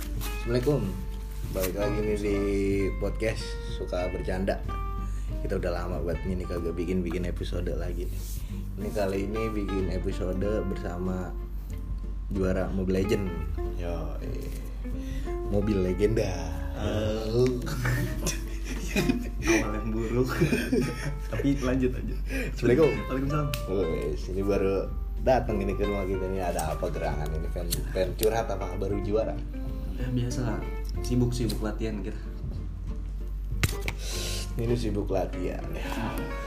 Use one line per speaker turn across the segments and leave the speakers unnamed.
Assalamualaikum Balik lagi nih di podcast Suka bercanda Kita udah lama buat ini kagak bikin-bikin episode lagi nih Ini kali ini bikin episode bersama Juara Mobile Legend Yo, Mobil legenda
awal yang buruk tapi lanjut aja
Assalamualaikum.
Waalaikumsalam
Wes, ini baru datang ini ke rumah kita nih ada apa gerangan ini fan, fan curhat apa baru juara
ya biasa lah sibuk sibuk latihan kita
ini sibuk latihan ya.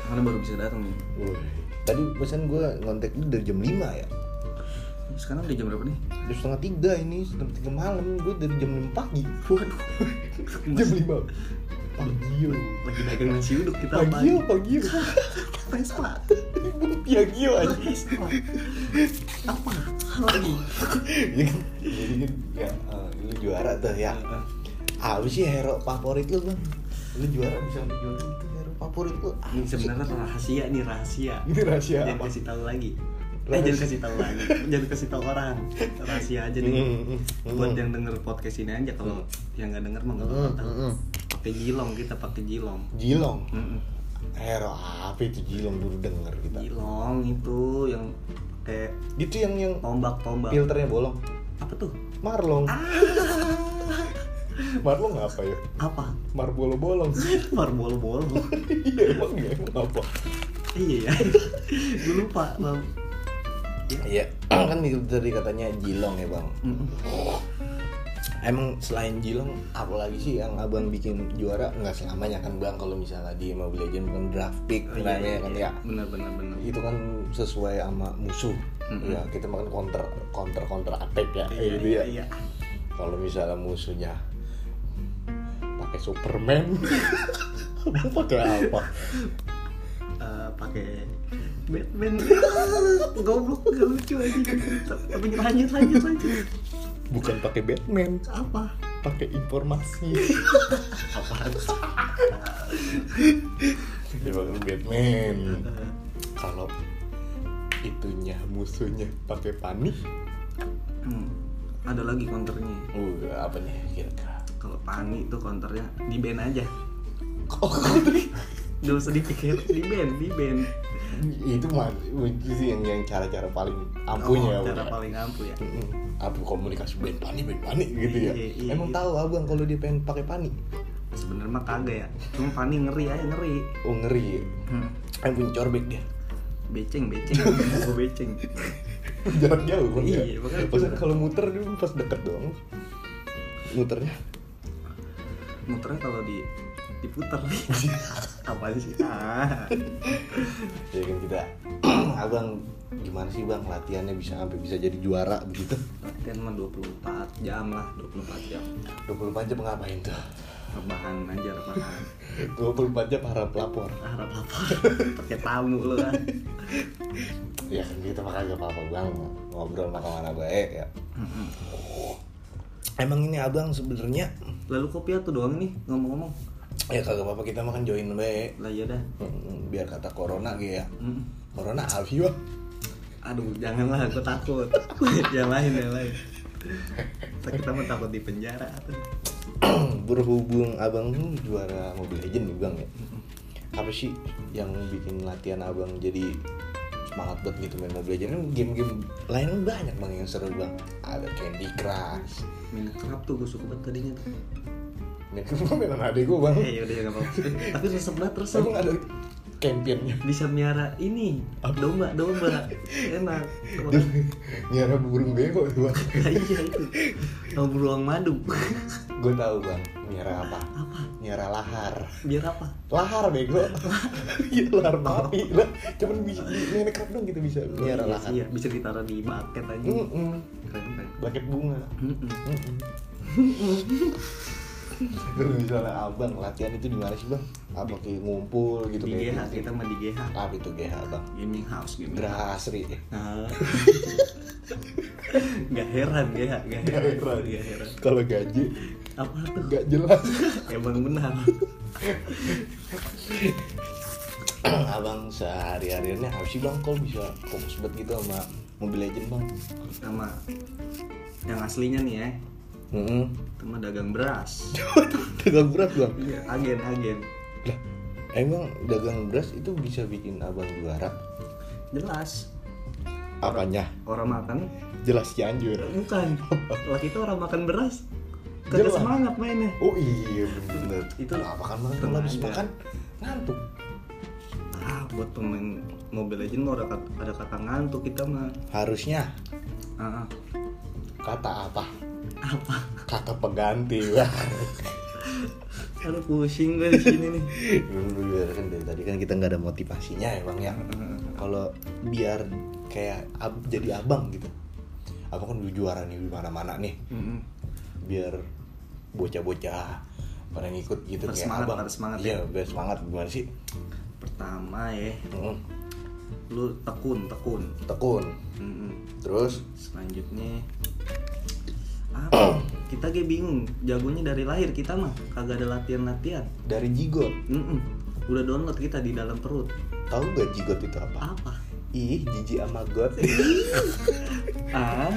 karena baru bisa datang nih
Woi, tadi pesan gue ngontek lu dari jam 5 ya
sekarang udah jam berapa nih
jam setengah tiga ini setengah tiga malam gue dari jam lima pagi
waduh
jam lima pagio
lagi dagang nasi uduk kita
pagio pagio
Vespa
pagio aja
Vespa apa lagi
jadi kan jadi kan ya eh, lu juara tuh ya apa sih hero favorit lu bang lu juara bisa juara itu hero favorit lu apa
ini
sih?
sebenarnya Iya, rahasia nih rahasia
ini rahasia Ya,
jangan
apa
kasih tahu lagi Eh, jangan
Rahasia.
kasih tahu lagi jangan kasih tahu orang rahasia aja nih
Mm, mm, mm.
buat yang denger podcast ini aja kalau yang nggak denger mah nggak bakal
Mm,
tahu
mm, mm.
pakai jilong kita pakai jilong
Jilong
Mm-mm.
hero apa itu Jilong dulu denger kita
Jilong itu yang kayak
itu yang yang
Oh, tombak-tombak.
filternya bolong
Apa tuh?
Marlong Marlong apa ya
Apa?
Marbolo bolong
Marbol-bol.
iya emang ya emang apa
iya ya. Gue lupa, Bang.
iya kan itu tadi katanya Jilong ya bang
Mm-mm.
emang selain Jilong apalagi sih yang abang bikin juara nggak selamanya kan bang kalau misalnya di Mobile Legends kan draft pick
Oh, iya,
namanya
iya,
kan
iya.
ya
Benar benar benar.
itu kan sesuai sama musuh
Mm-mm.
ya kita makan counter counter counter attack ya gitu ya
iya.
kalau misalnya musuhnya pakai Superman abang pakai apa
Eh, pakai Batman. Goblok gak lucu aja. Tapi lanjut lanjut lanjut.
bukan pakai Batman
Apa?
pakai informasi
Apa?
dia pakai Batman
Eh,
kalau itunya musuhnya pakai panik
hmm. Ada lagi counternya.
uh apa nih kira-kira
Kalau Pani itu counternya di band aja.
oh Kudri.
Gak usah dipikir di band, di band.
itu mah itu sih yang yang cara-cara paling ampuhnya
Oh, cara
abang.
paling ampuh ya.
Mm-mm. Apa komunikasi band panik, band panik gitu ya?
Iya, iya,
Emang
iya.
tahu abang kalau dia pengen pakai panik?
Sebenarnya mah kagak ya. Cuma Pani ngeri aja ngeri.
Oh ngeri. ya.
Hmm.
Emang punya corbek dia.
Beceng, beceng, Gua beceng.
Jarak jauh bang.
Iya,
ya?
makanya.
Pas kalau muter dia pas deket doang. Muternya
Muternya kalau di diputar apa sih? Ah.
ya kan kita abang gimana sih bang latihannya bisa sampai bisa jadi juara begitu
Latihan mah 24 jam lah, 24 jam.
24 jam ngapain tuh
Rebahan aja rebahan.
24 jam para pelapor
Harap apa? Pakai tamu lu kan.
ya kan kita makanya gak apa-apa bang ngobrol sama mana baik ya
Mm-mm.
emang ini abang sebenarnya
Lalu kopi tuh doang nih ngomong-ngomong.
ya kagak apa-apa kita makan join baik
Lah ya dah.
Mm, biar kata corona gitu ya
Mm.
corona ah, iya. apa sih bang
Aduh, janganlah, aku takut. yang lain, yang lain. Kita mah takut di penjara.
berhubung abang tuh juara Mobile Legend nih bang ya apa sih yang bikin latihan abang jadi semangat buat gitu main Mobile Legend kan game-game lain kan banyak bang yang seru bang ada Candy Crush
Minecraft tuh gue suka banget tadinya tuh.
main gue kan mainan adek gue bang
Eh, yaudah ya nggak apa-apa. Tapi resep banget resep.
emang ada campionnya
Bisa miara ini domba domba enak.
Duh, nyara burung bego tuh bang
Nah, iya itu. Nomor beruang madu.
gue tahu bang nyara apa
Apa?
nyara lahar
Biar apa?
lahar bego iya lahar papi lah cuman bisa main dong gitu bisa nyara
Iya
lahar
sih, iya. Bisa ditaruh di bucket aja.
Mm-mm.
Keren keren.
bucket bunga
Mm-mm.
Terus misalnya abang latihan itu di mana sih bang? Apa kayak ngumpul gitu
Di
kayak
GH kita mah di GH.
Apa itu GH bang?
Gaming house gaming. house.
Geraha Asri ya?
Nah. gak heran GH, gak
Gak
heran.
heran.
Gak heran.
Kalau gaji
Apa tuh?
nggak jelas
Emang benar.
Abang sehari-hariannya apa sih bang? Kalau bisa fokus banget gitu sama Mobile Legend bang?
Sama yang aslinya nih ya.
Mm-mm.
teman dagang beras
dagang beras bang
iya agen agen
lah emang dagang beras itu bisa bikin abang juara
jelas
apanya
orang makan
jelas Cianjur
bukan waktu itu orang makan beras
Jelas.
kagak semangat mainnya
oh iya bener
Itu
apa kan bang
tenang
kalau habis
aja.
makan ngantuk
ah buat pemain Mobile Legends mau ada kata, ada kata ngantuk kita mah
harusnya
ah, ah.
kata apa
apa
kata pengganti bang
aduh pusing gue di sini nih
Bener, kan dari tadi kan kita nggak ada motivasinya ya bang ya
Ah,
kalau biar kayak ab- jadi abang gitu abang kan udah juara nih di mana mana nih
Mm-mm.
biar bocah-bocah pada ngikut gitu
Bersemangat,
kayak abang
pada semangat
iya biar semangat gimana sih
pertama ya
Mm,
lu tekun tekun
tekun
Mm-mm.
terus
selanjutnya apa kita kayak bingung jagonya dari lahir kita mah kagak ada latihan latihan
dari jigot
Mm-mm. udah download kita di dalam perut
tahu gak jigot itu apa
apa
ih jijik sama got
ah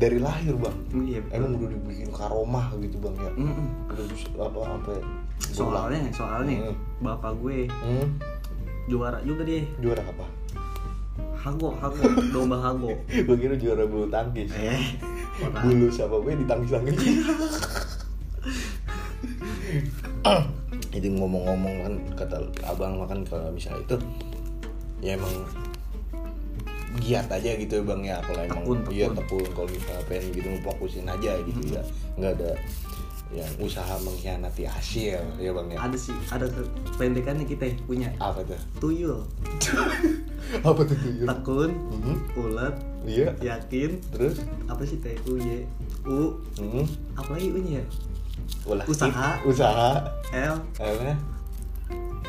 dari lahir bang
iya
emang udah dibikin karomah gitu bang ya
Mm-mm.
udah bisa- apa apa ya?
soalnya soalnya
Mm.
bapak gue
Hmm,
juara juga deh
juara apa
hago hago domba hago
gue kira juara bulu tangkis
eh orang
bulu siapa gue ditangkis tangkis itu ngomong-ngomong kan kata abang makan kalau misalnya itu ya emang giat aja gitu ya bang ya kalau emang
Tekun, tekun.
iya tekun kalau kita pengen gitu fokusin aja gitu ya nggak ada yang usaha mengkhianati hasil ya bang ya
ada sih ada pendekannya kita yang punya
apa tuh
tuyul
apa tuh tuyul
tekun
Mhm.
ulet
iya
yakin
terus
apa sih teh u y u
Mhm.
apa lagi u nya
Ulah.
Usaha.
usaha
l
akhirnya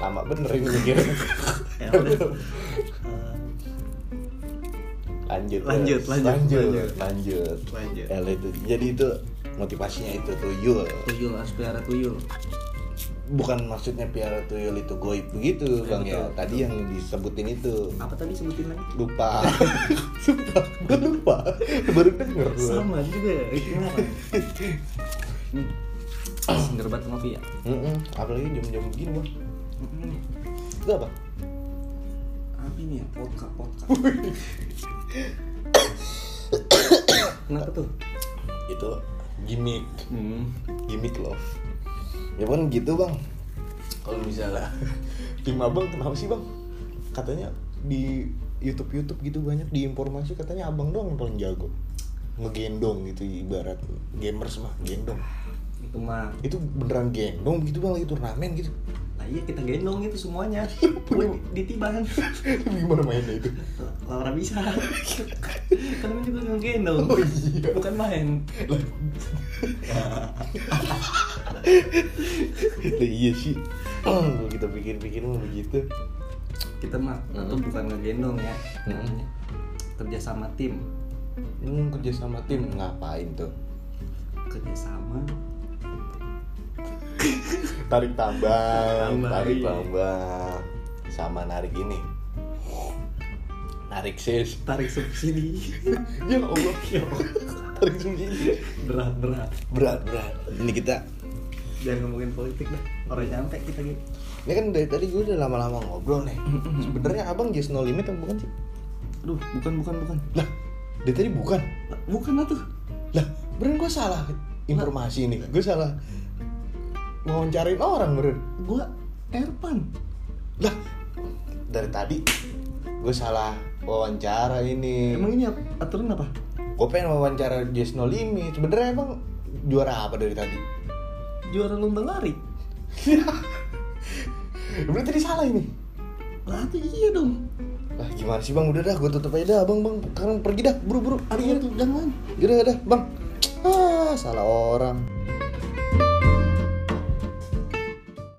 lama bener ini mikir
l udah Eh,
lanjut
Lanjut,
terus.
lanjut,
lanjut
lanjut.
lanjut
lanjut
L itu jadi itu motivasinya itu tuyul
tuyul harus pelihara tuyul
bukan maksudnya piara tuyul itu goib begitu
Ya,
bang ya
betul,
tadi yang disebutin itu
apa tadi sebutin lagi
lupa sumpah gue lupa baru denger gue
sama juga ya kenapa Hmm. Seger banget ngopi ya
Mm-mm, apalagi jam-jam begini bang itu apa
apa ini ya vodka vodka kenapa tuh
itu gimmick
hmm.
gimmick love ya kan gitu bang kalau misalnya tim abang kenapa sih bang katanya di YouTube YouTube gitu banyak di informasi katanya abang doang yang paling jago ngegendong gitu ibarat gamers mah gendong
itu mah
itu beneran gendong gitu bang lagi turnamen gitu
lah iya kita gendong itu semuanya gue
Perlu.
ditiban
gimana mainnya itu
Laura bisa kan ini juga ngegendong
Oh, iya.
bukan main
Lah, iya sih kalau kita pikir-pikir mah begitu
kita mah itu bukan ngegendong ya
Hmm.
namanya kerja sama tim
hmm, kerja sama tim ngapain tuh
kerja sama
tarik tambang,
Tambang,
tarik
iya.
tambang, sama narik ini, narik sis,
tarik subsidi
ya Allah, ya Allah. tarik subsidi,
berat berat
berat berat. Ini kita,
jangan ngomongin politik dah orang nyampe kita gitu
ini kan dari tadi gue udah lama-lama ngobrol nih. Sebenarnya abang just no limit atau bukan sih?
aduh bukan bukan bukan
Lah, dari tadi bukan.
Lah, bukan lah tuh
Lah, beneran gue salah informasi ini, gue salah wawancarain orang beren.
gua Erpan
Lah, dari tadi gue salah wawancara ini.
emang ini apa aturan apa
Gue pengen wawancara Just No Limit Sebenernya emang juara apa dari tadi?
juara lomba lari
Berarti tadi salah ini
lah itu iya dong
Lah gimana sih bang? Udah dah gue tutup aja dah bang bang Sekarang pergi dah buru-buru
iya tuh jangan
Udah dah bang Ah salah orang